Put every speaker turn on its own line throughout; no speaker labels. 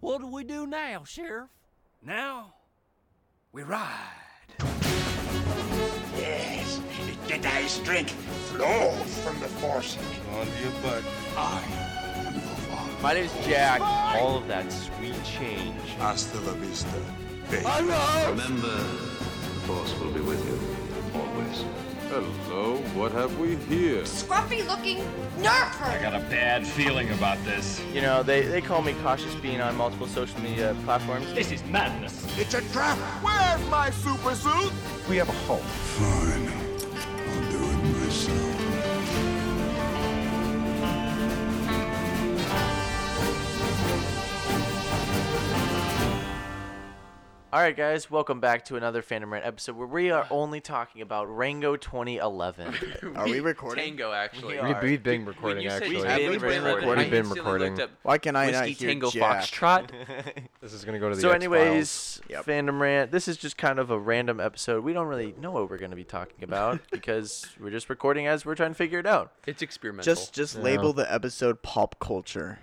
What do we do now, Sheriff?
Now, we ride.
Yes, the thy strength flows from the force.
Onto your butt.
I am your father.
My name's Jack. All of that sweet change.
Hasta la vista, baby.
Remember, the Force will be with you always.
Hello, what have we here?
scruffy looking nerf herder.
got a bad feeling about this.
You know, they, they call me Cautious Bean on multiple social media platforms.
This is madness.
It's a trap.
Where's my super suit?
We have a hope.
Fine. I'll do it myself.
Alright, guys, welcome back to another Phantom Rant episode where we are only talking about Rango 2011.
Are we recording?
Tango, actually.
We are.
When
We've been recording
you said
actually.
tango,
We've been
I
recording.
We've been
instantly
recording.
looked up
Why can I not
Whiskey
hear
Tango
Jack?
Foxtrot.
This is gonna go to the
so,
X-Files.
anyways,
Yep.
Phantom Rant, this is just kind of a random episode. We don't really know what we're going to be talking about because we're just recording as we're trying to figure it out.
It's experimental.
Just just label the episode pop culture.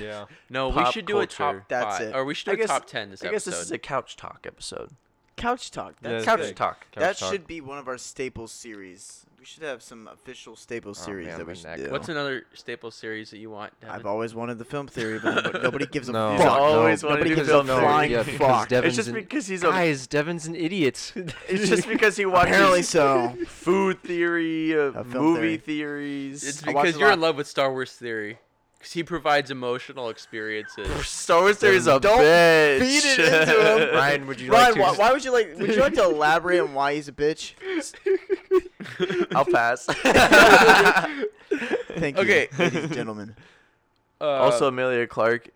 yeah.
no, we
pop
should do a
culture.
top.
That's
five-
it.
Or we should do
I
a
guess-
top ten this
I
episode.
guess this is a couch talk episode.
Couch talk. That's
Yeah,
couch
it's big.
talk.
Couch
that
talk.
should be one of our staple series. We should have some official staple series
man,
that
my
we should
neck.
do.
What's another staple series that you want? Devin?
I've always wanted the film theory, but nobody- nobody gives a
No.
fuck.
always wanted
nobody
to
gives
do
a
film
flying
yeah, because
fuck.
Devin's
it's just
an-
because he's a
guys. Devin's an idiot.
It's just because he watches
Apparently so.
food theory, uh,
A film
movie theories.
It's
I watch
because
a
you're
lot-
in love with Star Wars theory. Because he provides emotional experiences.
Star Wars theory's a
Don't
bitch.
Feed it into him.
Ryan, would you
Ryan,
like to?
why, why would you like? Would you like to elaborate on why he's a bitch?
I'll pass.
Thank
Okay.
you, ladies and gentlemen.
Uh,
also, Amelia Clark,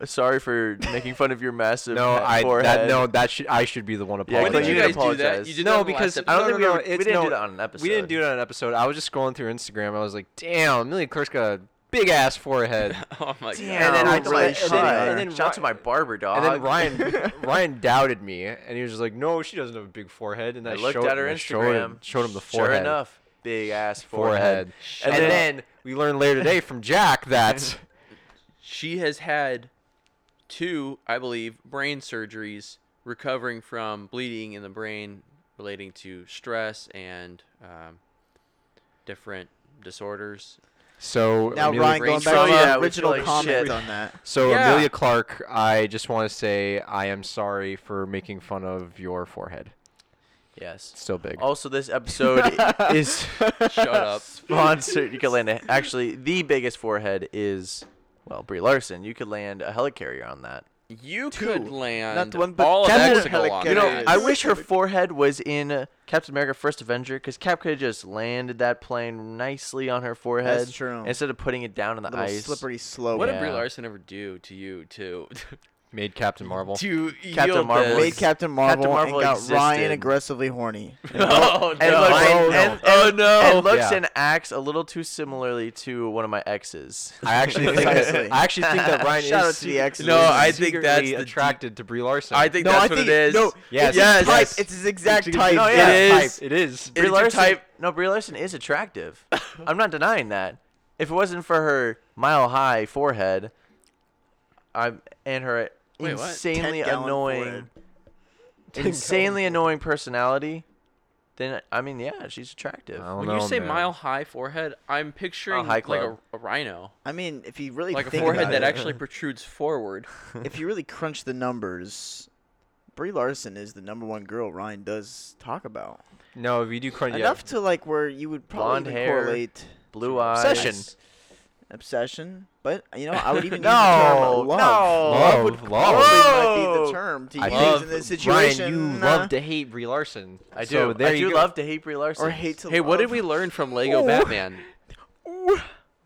uh, sorry for making fun of your massive
no,
he-
I
forehead.
that, no, that should I should be the one
Yeah,
apologizing.
when did
you
you guys
didn't
do that?
apologize.
You did
no,
that in the last
because
episode.
I don't think
we
no,
were-
it's-
we didn't
no,
do that on an episode.
We didn't do it on an episode. I was just scrolling through Instagram. I was like, damn, Amelia Clark's got a big ass forehead.
Oh my
Yeah,
god.
and then I
Oh,
told
really
and
shit.
then-
And
and then
then
shout out
Ry-
to my barber dog.
And then Ryan Ryan doubted me, and he was just like, "No, she doesn't have a big forehead." And
I
I
looked
showed,
at her
and I showed
Instagram.
him, showed him the
Sure
forehead.
enough, big ass forehead.
forehead.
And
and
then-
then, we learned later today from Jack that
she has had two, I believe, brain surgeries recovering from bleeding in the brain relating to stress and um, different disorders.
so
Now,
Amelia,
Ryan, going
Green's
back
so
to
yeah,
our
we
original
feel like
comment
shit.
on that.
so
Yeah.
Amelia Clark, I just want to say I am sorry for making fun of your forehead. It's
Yes.
still big.
Also, this episode is
Shut up.
sponsored. You could land a, actually the biggest forehead is well Brie Larson. You could land a helicarrier on that.
You
Two.
could land
Not the one, but
all of
Captain
Exegol on
America. You know,
that.
I wish her forehead was in uh, Captain America: First Avenger because Cap could have just landed that plane nicely on her forehead
That's true.
instead of putting it down on the
Little
ice.
slippery slope.
What
Yeah.
did Brie Larson ever do to you to
Made Captain Marvel.
to
Captain
yield
Marvel
this?
Made Captain Marvel,
Marvel
and got Ryan
existed.
aggressively horny.
oh
And
no!
looks,
Oh,
and,
no.
and-
Oh, no.
and looks
Yeah.
and acts a little too similarly to one of my exes.
I actually think
Precisely.
that, I actually think that Ryan
Shout out
is
to the exes.
No, I think
secretly
that's the
attracted to Brie Larson.
I think
No,
that's
I
what
think
it is.
no.
yes,
It's
Yes.
his type. It's his exact type.
No,
yeah.
yeah.
It
Type.
is.
It is.
Brie
Is your
Larson,
type-
no, Brie Larson is attractive. I'm not denying that. If it wasn't for her mile high forehead, I'm and her
Wait, what?
insanely
10-gallon
annoying,
forehead.
insanely annoying personality, then I mean, yeah, she's attractive.
I don't
When
know,
you say
man.
mile high forehead, I'm picturing
high
like a,
club.
a rhino,
I mean, if you really
like a
think
forehead
about
that
it,
actually protrudes forward.
if you really crunch the numbers, Brie Larson is the number one girl Ryan does talk about.
No, if you do crunch,
Enough to like where you would
Blonde
probably even
hair.
correlate
Blue eyes.
Obsession. obsession, but you know I would even
No,
use the term love.
no.
Love would
Love,
probably might be
love.
the term to
I
use
think-
in this
Ryan,
situation. uh,
you love to hate Brie Larson.
I do.
So there
I
you
do
go.
love to hate Brie Larson.
or hate to
Hey,
love.
what did we learn from Lego Batman?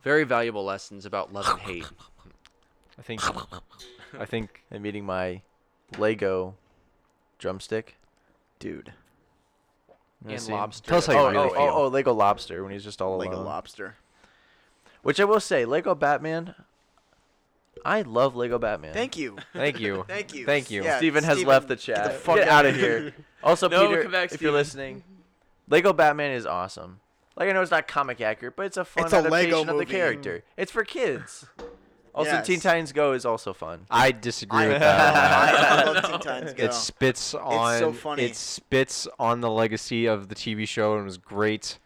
Very valuable lessons about love and hate.
I think. I think.
I'm eating my Lego drumstick.
dude?
You
And
see?
lobster.
Tell us how you
Oh,
really
oh,
feel.
oh, oh, Lego lobster when he's just all
Like a
alone.
lobster.
Which I will say, Lego Batman. I love Lego Batman.
Thank you.
Thank you.
Thank you.
Thank you.
Yeah,
Steven has
Steven,
left the
get
chat.
the fuck
out of here. Also,
No,
Peter,
come back,
if you're
Steven.
listening, Lego Batman is awesome. Like I know it's not comic accurate, but it's a fun
It's a
adaptation
Lego
of the
movie.
character. It's for kids. Also, Teen
Yes.
Titans Go is also fun.
I disagree
I-
with that.
I love Teen Titans Go.
It spits on
so funny.
it spits on the legacy of the TV show and was great.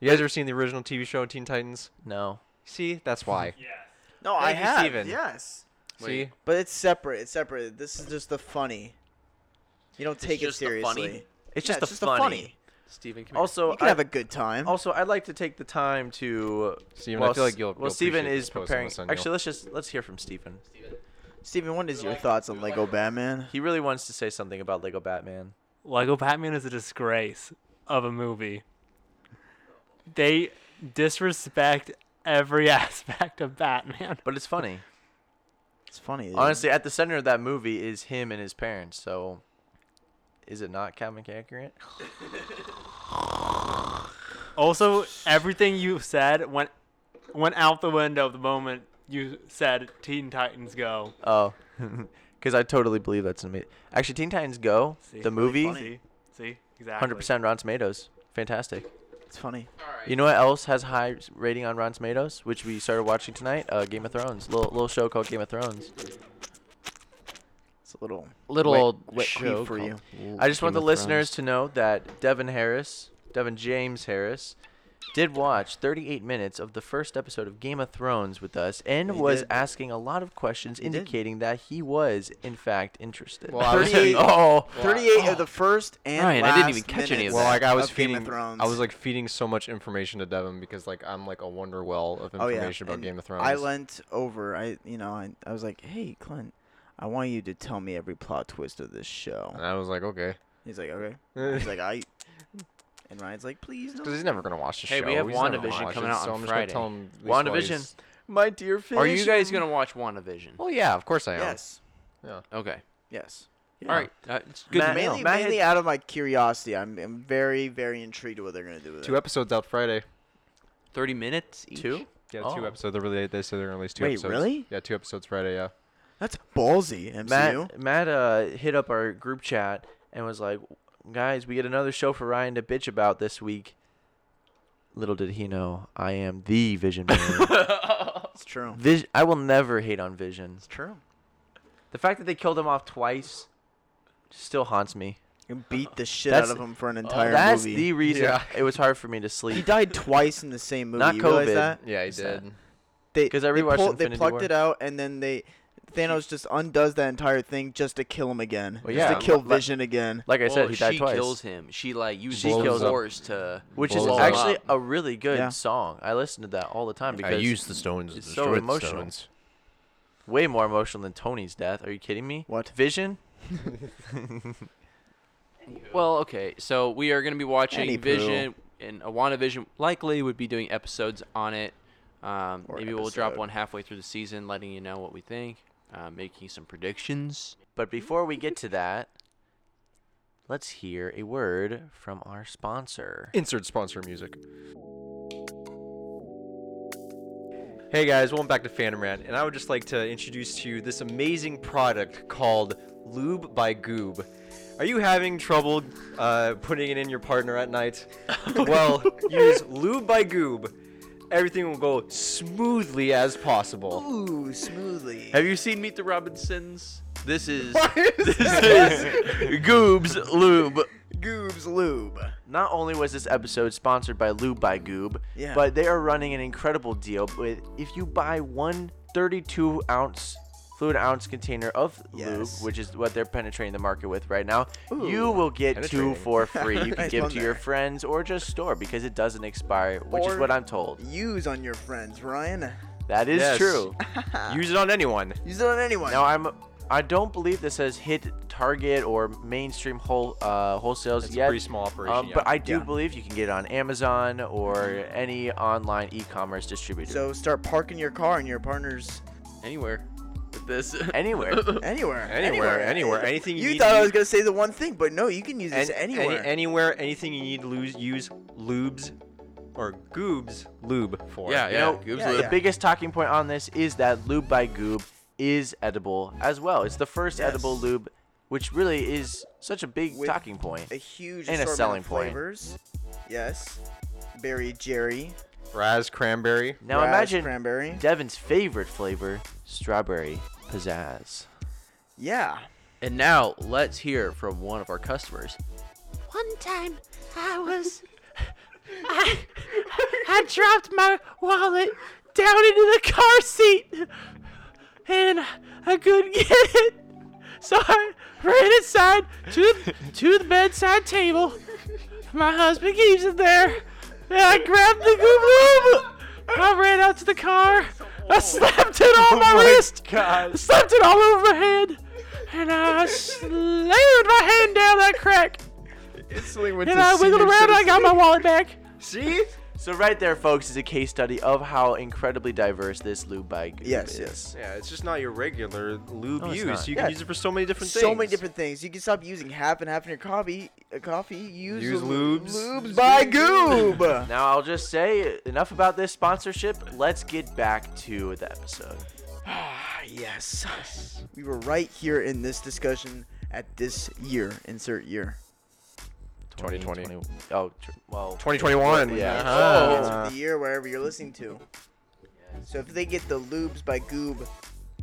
You guys ever seen the original TV show Teen Titans?
No.
See, that's why.
No, I
Thank you,
have.
Steven.
Yes.
See,
Wait.
But it's separate. It's separate. This is just the funny. You don't take
just
it
the funny?
seriously.
It's
Yeah,
just,
it's
a
just the
funny.
funny.
Steven, come here.
Also,
You can
I,
have a good time.
also I'd like to take the time to.
Steven, I
well,
feel like
S-
you'll-
Well,
you'll
Steven
appreciate
is
this post on
preparing.
this, and
Actually,
you'll-
let's just let's hear from Steven.
Steven, what is your thoughts on Lego Batman?
He really wants to say something about Lego Batman.
Lego Batman is a disgrace of a movie. They disrespect every aspect of Batman.
But it's funny.
It's funny. dude.
Honestly, at the center of that movie is him and his parents. So, is it not Calvin accurate?
Also, everything you said went went out the window the moment you said Teen Titans Go.
Oh, because I totally believe that's amazing. Actually, Teen Titans Go,
See,
the movie,
See, see, exactly.
hundred percent Rotten Tomatoes, fantastic.
it's funny.
You know what else has high s- rating on Rotten Tomatoes, which we started watching tonight? Uh, Game of Thrones, little little show called Game of Thrones.
It's a little
Little
wet,
old
wet
show
queef for you.
called-
I just want
Game
the
of
listeners
Thrones.
to know that Devin Harris, Devin James Harris, did watch 38 minutes of the first episode of Game of Thrones with us and
He
was
did.
asking a lot of questions
did.
indicating that he was in fact interested.
Well, I was-
38
oh,
38 of the first and
Ryan, I
last
didn't even catch any of
minutes
that.
well, like I was
of Game
feeding,
of Thrones.
I was like feeding so much information to Devin because like I'm like a wonder well of
oh yeah.
information about
and
Game of Thrones.
I lent over. I you know I, I was like, hey Clint, I want you to tell me every plot twist of this show.
and I was like, okay,
He's like, okay. He's like, I. And Ryan's like, please
because
no.
he's never gonna watch the
Hey,
show.
we have
He's never gonna
WandaVision
watch
coming
it,
out
so
on
I'm just gonna
Friday.
tell him at least while
WandaVision.
he's-
My dear fish.
Are you guys gonna watch WandaVision?
Well, yeah, of course I am.
Yes.
Okay.
Yes.
All right. Uh, it's good. to know.
Matt-
Mainly,
Matt had-
mainly out of my curiosity, I'm, I'm very, very intrigued what they're gonna do with
Two
it.
episodes out Friday.
Thirty minutes each.
Two?
Yeah,
Oh.
two episodes. They're really, they said they're gonna release two
Wait,
episodes.
really?
Yeah, two episodes Friday. Yeah.
That's ballsy, MCU.
Matt Matt uh, hit up our group chat and was like, "Guys, we get another show for Ryan to bitch about this week." Little did he know, I am the Vision man.
it's true.
Vis- I will never hate on Vision.
It's true.
The fact that they killed him off twice still haunts me.
You beat the shit
That's-
out of him for an entire
That's
movie.
the reason
Yeah.
it was hard for me to
he
sleep.
died twice in the same movie.
Not
you realize
COVID.
that?
Yeah, he
It's that.
did.
They,
'Cause I
they
rewatched
pulled- They
Infinity
plucked
War.
it out, and then they Thanos just undoes that entire thing just to kill him again,
Well,
just
yeah,
to kill
but- but-
Vision again.
Like I
Well,
said, he died
Oh, she
twice.
kills him. She like uses
She
the
kills him.
force to
Which is
Blows him
actually
up.
a really good
Yeah.
song. I listen to that all the time because
the stones.
to it's so destroy the emotional. stones. way more emotional than Tony's death. Are you kidding me?
What?
Vision?
Well, okay. So we are going to be watching
Anywho.
Vision and Awana Vision. Likely would be doing episodes on it. Um,
Or
maybe we'll drop
episode.
one halfway through the season, letting you know what we think, uh, making some predictions.
But before we get to that, let's hear a word from our sponsor.
Insert sponsor music. Hey guys, welcome back to Phantom Rant, and I would just like to introduce to you this amazing product called Lube by Goob. Are you having trouble uh, putting it in your partner at night? well, use Lube by Goob. Everything will go smoothly as possible.
Ooh, smoothly.
Have you seen Meet the Robinsons? This is
Goob's Lube.
Goob's lube.
Not only was this episode sponsored by Lube by Goob,
Yeah.
but they are running an incredible deal. With if you buy one 32 ounce fluid ounce container of
Yes.
lube, which is what they're penetrating the market with right now, you
Ooh,
will get two
penetrating.
for free. You can
Nice
give
pun
to your
there.
friends or just store because it doesn't expire, which is
Or-
what I'm told.
Use on your friends, Ryan.
That is
Yes.
true.
Use it on anyone.
Use it on anyone.
Now I'm I don't believe this has hit Target or mainstream whole uh, wholesales
It's a
yet.
pretty small operation,
um, But
yeah.
I do
Yeah.
believe you can get it on Amazon or any online e-commerce distributor.
So start parking your car in your partner's
anywhere with this.
anywhere.
anywhere.
Anywhere, anywhere, anything you
you
need
thought
to
I
use-
was gonna say the one thing, but no, you can use this
An- any-
anywhere.
anywhere, anything you need, lose, use lubes or goobs lube for.
yeah, yeah.
You know,
Goob's
yeah,
Lube.
The biggest talking point on this is that Lube by Goob is edible as well. It's the first
Yes.
edible lube, which really is such a big
With
talking point.
a huge
And a
assortment
selling
of
point.
flavors. Yes, berry Jerry,
Raz cranberry.
Now
Raz
imagine
cranberry.
Devin's favorite flavor, strawberry pizzazz.
Yeah.
And now let's hear from one of our customers.
One time, I was, I, I dropped my wallet down into the car seat, and I couldn't get it. So I ran inside to the, to the bedside table. My husband keeps it there, and I grabbed the goobloom. I ran out to the car. I slapped it
Oh
Oh
on my, wrist. Slapped it all over my head, and I slammed my hand down that crack
Instantly
and I wiggled around and I got my wallet back.
See?
So right there, folks, is a case study of how incredibly diverse this lube bike
Yes,
is.
yes.
Yeah, it's just not your regular lube
No, it's
use.
not.
You can
Yeah.
use it for so many different
so
things.
many different things. You can stop using half and half in your coffee. uh, Coffee. Use,
Use
the
lubes.
Lubes by Goob.
Now I'll just say enough about this sponsorship. Let's get back to the episode.
Ah, yes. We were right here in this discussion at this year. Insert year.
2020.
Oh, tr- well.
2021.
Yeah.
Oh, Insert the year wherever you're listening to. So if they get the lubes by Goob,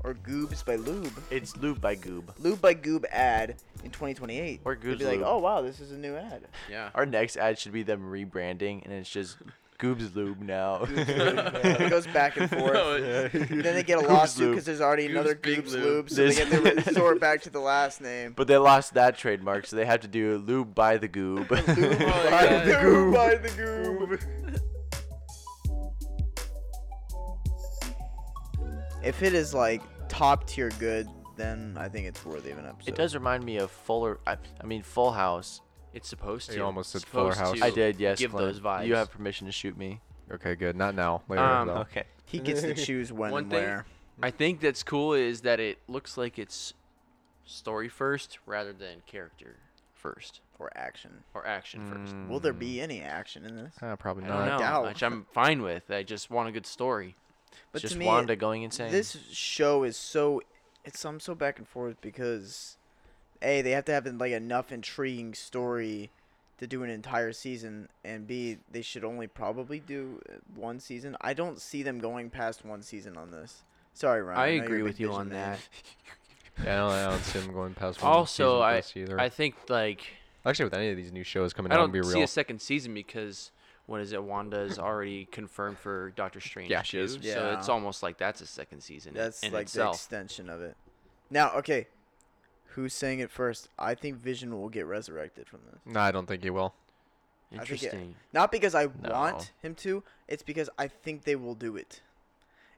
or goobs by lube,
It's lube by Goob.
lube by Goob ad in 2028,
Or
they'd
Goob's
be like,
lube.
oh wow, this is a new ad.
Yeah.
Our next ad should be them rebranding, and it's just Goob's lube now.
it goes back and forth.
No, it-
then they get a
Goob's
lawsuit
lube.
because there's already
Goob's
another
Big
Goob's
Lube.
lube, so they
This-
get to resort back to the last name.
But they lost that trademark, so they have to do lube by the Goob.
Lube
Oh,
by
yeah.
the Goob. By the Goob. If it is like top tier good, then I think it's worthy of an episode.
It does remind me of Fuller. I, I mean Full House.
It's supposed
You
to.
almost said
supposed
Fuller House.
to
I did, yes.
Give
Clint.
those vibes.
You have permission to shoot me.
Uh-huh. Okay, good. Not now. Later.
Um,
though.
Okay.
He gets to choose when
One
and
thing-
where.
I think that's cool is that it looks like it's story first rather than character first
Or action.
or action first.
Will there be any action in this?
Ah, probably
I
not.
Hmm. don't know,
doubt.
which I'm fine with. I just want a good story.
But
just
to me,
Wanda going insane.
this show is so it's I'm so back and forth because a they have to have like enough intriguing story to do an entire season, and b they should only probably do uh, one season. I don't see them going past one season on this. Sorry, Ryan.
I
know you're a
agree
big
with you
Vision
on
man.
that.
Yeah, I don't, I don't see him going past one season
Also,
with
I
this either.
I think like
Actually, with any of these new shows coming
I
out, I'll
don't
be
see
real.
a second season because what is it? Wanda is already confirmed for Doctor Strange.
Yeah, she is.
2, So it's
Yeah.
almost like that's a second season. in-
That's
in
like the
itself.
extension of it. Now, okay, who's saying it first? I think Vision will get resurrected from this.
No, I don't think he will.
I think it-
Interesting.
not because I
No.
want him to. It's because I think they will do it.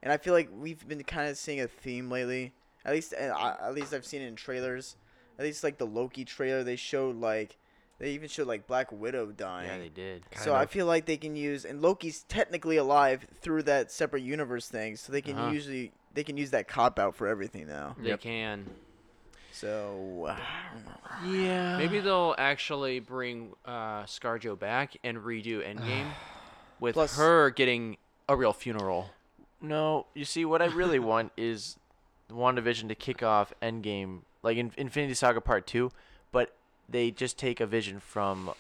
And I feel like we've been kind of seeing a theme lately. At least, uh, I- at least I've seen it in trailers. At least like the Loki trailer, they showed like they even showed like Black Widow dying.
Yeah, they did.
so I feel like they can use and Loki's technically alive through that separate universe thing. So they can
Uh-huh. Mm.
usually they can use that cop out for everything now.
They can.
So I don't know.
yeah.
Maybe they'll actually bring uh, ScarJo back and redo Endgame with
Plus-
her getting a real funeral.
No, you see, what I really want is WandaVision to kick off Endgame, like in Infinity Saga Part 2, but they just take a vision from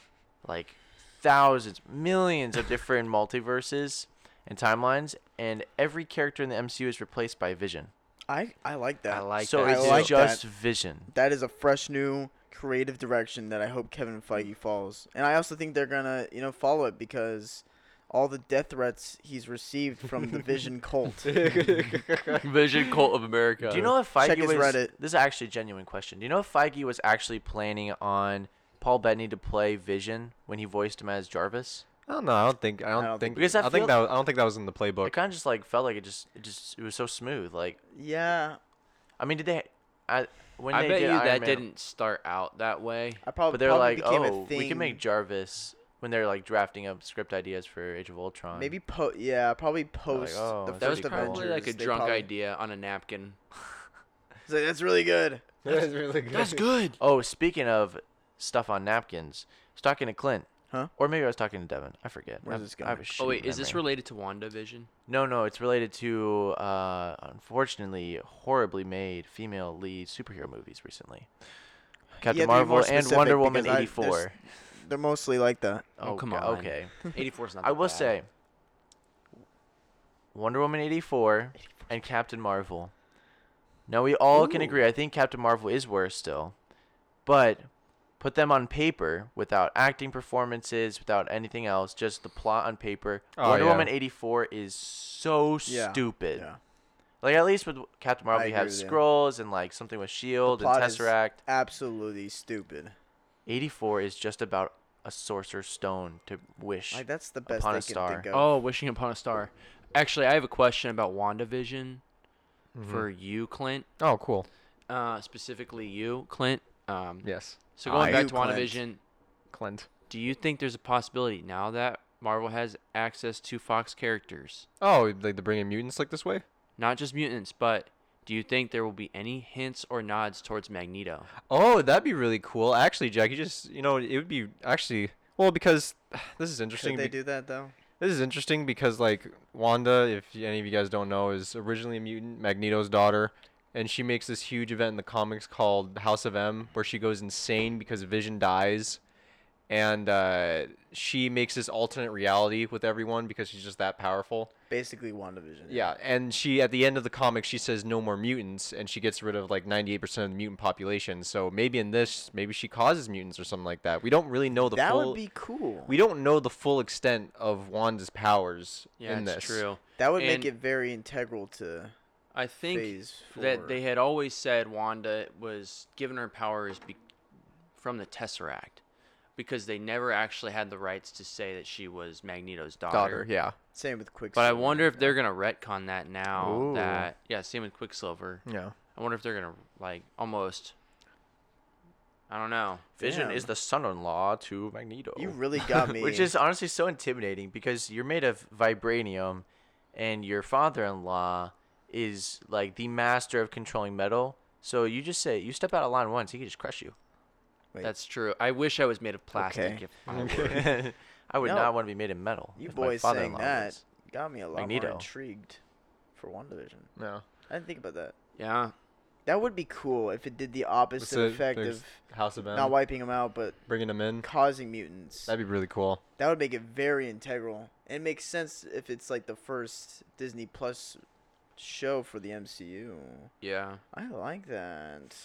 like thousands, millions of different multiverses and timelines, and every character in the MCU is replaced by Vision.
I I like that.
I like
so
that.
it's
I like
just
that.
Vision.
that is a fresh new creative direction that I hope Kevin Feige follows. And I also think they're gonna, you know, follow it because all the death threats he's received from the Vision cult.
Vision Cult of America.
Do you know if Feige
Check his
was?
Reddit.
This is actually a genuine question. Do you know if Feige was actually planning on Paul Bettany to play Vision when he voiced him as Jarvis?
I don't know. I don't think. I don't,
don't
think.
think-
Because I
I, think
feel-
that. Was, I don't think that was in the
It
playbook.
kind of just like felt like it just, it just, it was so smooth. Like
yeah,
I mean, did they? I when
I
they
bet
did
you
Iron
that
Man,
didn't start out that way.
I probably.
But they're
probably
like,
became
oh,
a thing.
we can make Jarvis when they're like drafting up script ideas for Age of Ultron.
maybe po. Yeah, probably post
oh,
the
That
That was
first
pretty cool.
probably
Avengers.
like a
They
drunk
probably-
idea on a napkin.
It's like, That's really good.
That's really good.
That's good.
Oh, speaking of stuff on napkins, I was talking to Clint.
Huh?
Or maybe I was talking to Devin. I forget.
Where's
I-
this
I
going?
have a
Oh wait,
shitty
is this
memory.
related to WandaVision?
No, no. It's related to uh, unfortunately horribly made female lead superhero movies recently. Captain
have to be
Marvel
more
and
specific
Wonder Woman
because I- there's-
'84.
They're mostly like that.
Oh, come
go-
on.
Okay.
84 is not.
I
that
will
bad.
say, Wonder Woman 84, and Captain Marvel. Now we all can
Ooh.
agree. I think Captain Marvel is worse still, but put them on paper without acting performances, without anything else, just the plot on paper.
Oh,
Wonder
yeah.
Woman 84 is so
Yeah,
stupid. Like at least with Captain Marvel,
I
we have
agree with you.
scrolls and like something with Shield E and
Plot is
Tesseract.
absolutely stupid.
84 is just about a sorcerer's stone to wish
Like, that's the best
upon a
they can
star.
think
Oh, wishing upon a star. Actually, I have a question about WandaVision
Mm-hmm.
Mhm.
for you, Clint.
Oh, cool.
Uh, specifically you, Clint. Um,
yes.
So going
I-
back
Ah, You,
to
Clint.
WandaVision,
Clint.
Do you think there's a possibility now that Marvel has access to Fox characters,
Oh, like they're bringing mutants like this way?
not just mutants, but do you think there will be any hints or nods towards Magneto?
Oh, that'd be really cool. Actually, Jack, you just you know it would be actually well because this is interesting.
Could they
be-
do that though?
This is interesting because like Wanda, if y- any of you guys don't know, is originally a mutant, Magneto's daughter, and she makes this huge event in the comics called House of M, where she goes insane because Vision dies, and uh, she makes this alternate reality with everyone because she's just that powerful.
Basically, WandaVision.
Yeah, and she at the end of the comic she says no more mutants, and she gets rid of like ninety eight percent of the mutant population. So maybe in this, maybe she causes mutants or something like that. We don't really know the
That would
full.
be cool.
We don't know the full extent of Wanda's powers in this.
That would make
And-
it very integral to.
I think
Phase
that
four.
they had always said Wanda was given her powers be- from the Tesseract because they never actually had the rights to say that she was Magneto's daughter.
Daughter, yeah.
Same with
But I
Quicksilver,
wonder if they're gonna retcon that now.
Ooh.
That yeah, same with Quicksilver.
Yeah.
I wonder if they're gonna like almost. I don't know.
Vision is the son-in-law to Magneto.
You really got me.
Which is honestly so intimidating because you're made of vibranium, and your father-in-law is like the master of controlling metal. So you just say you step out of line once, he can just crush you.
That's true. I wish I was made of plastic.
Okay.
If I, were.
I would
No.
not want to be made of metal.
You
as my
boys saying
father-in-law
that
was.
got me a lot
Magneto.
more intrigued for WandaVision.
No.
I didn't think about that.
Yeah.
That would be cool if it did the opposite
it,
effect
there's
of
House of M?
not wiping them out, but
bringing them in,
causing mutants.
That'd be really cool.
That would make it very integral. It makes sense if it's like the first Disney Plus show for the MCU.
Yeah.
I like that.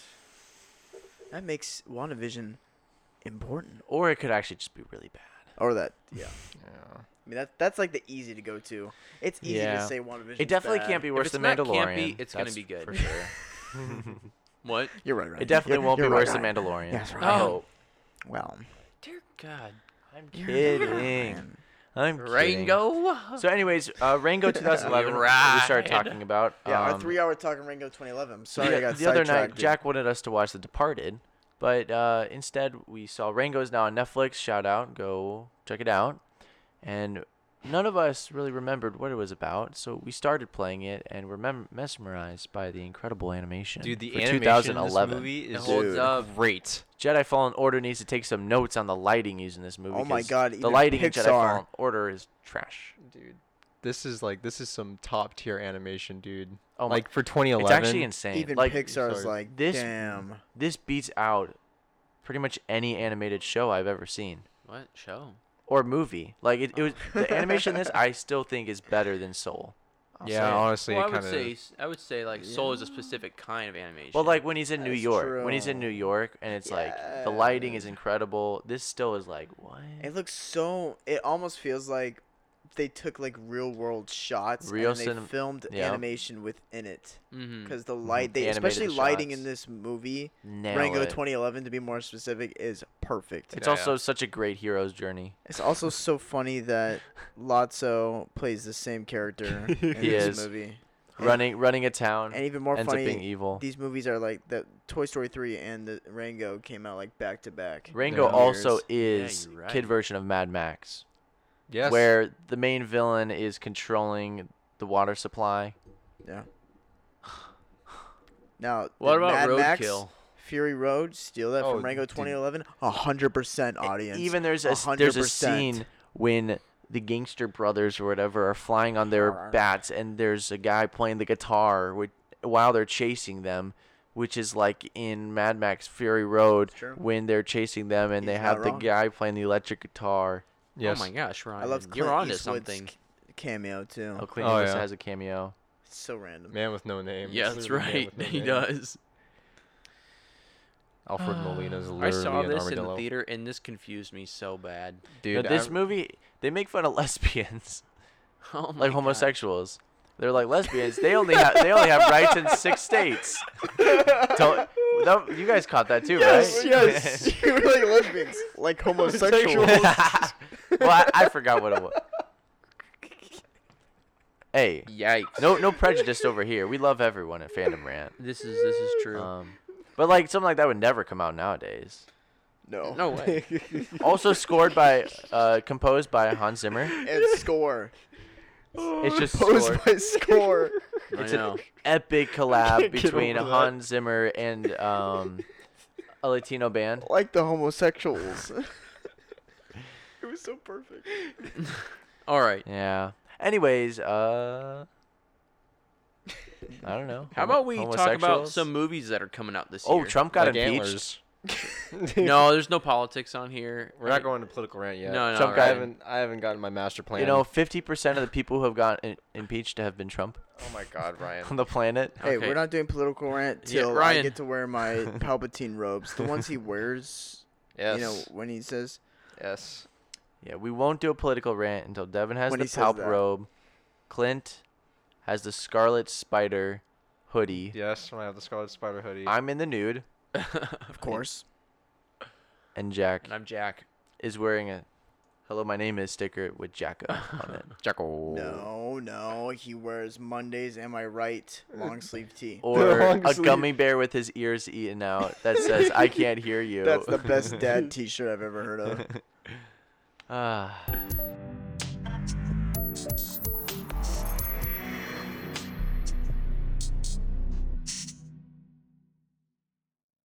That makes WandaVision important.
Or it could actually just be really bad.
Or that, yeah. I mean, that, that's like the easy to go to. It's easy to say WandaVision.
It definitely can't be
If
worse
it's
than
not
Mandalorian.
can't be, it's gonna
that's
be good.
for sure.
what?
You're right, Ryan.
It definitely
You're-
won't
you're
be
right,
worse
Ryan.
than Mandalorian.
Yes,
I
Ryan.
hope.
Well,
Dear God.
I'm
You're
kidding. I'm kidding.
Rango.
So, anyways, uh, Rango 2011.
Right.
We started talking about.
yeah, our
um,
three-hour talk on Ringo 2011. I'm sorry,
the,
I got
the other night,
sidetracked.
Jack wanted us to watch The Departed, but uh, instead we saw Rango's now on Netflix. Shout out, go check it out. And none of us really remembered what it was about, so we started playing it and were mem- mesmerized by the incredible animation.
Dude, the
for
animation in this
2011
movie is
holds up.
great.
Jedi Fallen Order needs to take some notes on the lighting used in this movie.
Oh my
'cause
God,
the
even
lighting in Jedi
Pixar.
Fallen Order is trash.
Dude. This is like this is some top tier animation, dude.
Oh my-
like for 2011.
It's actually insane.
Even
like,
Pixar's like,
this,
"Damn."
This beats out pretty much any animated show I've ever seen
What show?
or movie. Like it, it was the animation. in This I still think is better than Soul. I'll
Yeah,
say it.
honestly,
Well, I
it
would
kind of.
say I would say like Soul is a specific kind of animation.
Well, like when he's in New
That's
York, when he's in
true.
New York, and it's like the lighting is incredible. This still is like what
It looks so. It almost feels like they took like real world shots
Real
and they
cinem-
filmed
yeah.
animation within it.
Mhm.
Because the light, they
The animated
especially lighting in
shots.
this movie,
Nail
Rango
it.
2011 to be more specific, is perfect.
It's also such a great hero's journey.
It's also so funny that Lotso plays the same character in
He
this
is.
movie. And-
Running, running a town,
And even more
ends
funny,
up being evil.
these movies are like the Toy Story 3 and the Rango came out like back to back.
Rango
in
also
years.
is
you're right.
kid version of Mad Max.
Yes.
Where the main villain is controlling the water supply.
Yeah. Now,
What
the
about
Mad Max,
Roadkill?
Fury Road, steal that
Oh,
from Rango
dude.
2011. A hundred percent audience.
E-, Even there's a s- there's a
100%.
scene when the gangster brothers or whatever are flying on their bats, and there's a guy playing the guitar with, while they're chasing them, which is like in Mad Max Fury Road
true.
when they're chasing them, and they
He's
have
not
the
wrong.
guy playing the electric guitar.
Yes.
Oh my gosh, Ryan!
I love Clint
You're onto
Eastwood's
something.
c- cameo too.
Oh, Clint Eastwood has a cameo.
It's so random.
Man with no name.
Yeah,
It's
that's
literally
right.
Man with no
he
name.
does.
Alfred Molina's
I saw
literally an
this in the
armadillo.
theater, and this confused me so bad.
Dude, this movie they make fun of lesbians,
Oh my
like
God.
homosexuals. They're like lesbians. They only have they only have rights in six states. Don't, no, you guys caught that too, right?
you were like lesbians, like homosexuals.
well, I, I forgot what it was. Hey,
yikes!
No, no prejudice over here. We love everyone at Fandom Rant.
This is this is true.
Um, but like something like that would never come out nowadays.
no.
No way.
Also scored by, uh, composed by Hans Zimmer.
and score.
It's just
Posed
score.
by score.
It's
I
an
know.
epic collab
Can't get
between
over that.
Hans Zimmer and um, a Latino band.
like the homosexuals. it was so perfect.
All right.
Yeah. Anyways, uh, I don't know.
How
Homo-
about we talk about
homosexuals?
some movies that are coming out this
Oh,
year?
Trump got
Like
impeached.
antlers.
no, there's no politics on here.
We're not going to political rant yet.
No, no, Trump
Trump got-
I haven't. I haven't gotten my master plan.
You know, fifty percent of the people who have gotten impeached have been Trump
Oh my God, Ryan.
on the planet.
Hey,
Okay.
we're not doing political rant
Yeah,
till I
Ryan.
get to wear my Palpatine robes, the ones he wears.
Yes.
You know when he says
yes.
Yeah, we won't do a political rant until Devin has
When
the
he says
palp
that.
robe, Clint has the Scarlet Spider hoodie.
Yes. When I have the Scarlet Spider hoodie.
I'm in the nude,
Of course.
and Jack
And I'm Jack.
is wearing a "Hello, my name is" sticker with Jacko on it,
Jacko.
No, no, he wears Mondays. Am I right? Long sleeve tee.
or
long
a
sleeve.
gummy bear with his ears eaten out that says "I can't hear you."
That's the best dad T-shirt I've ever heard of.
Ah.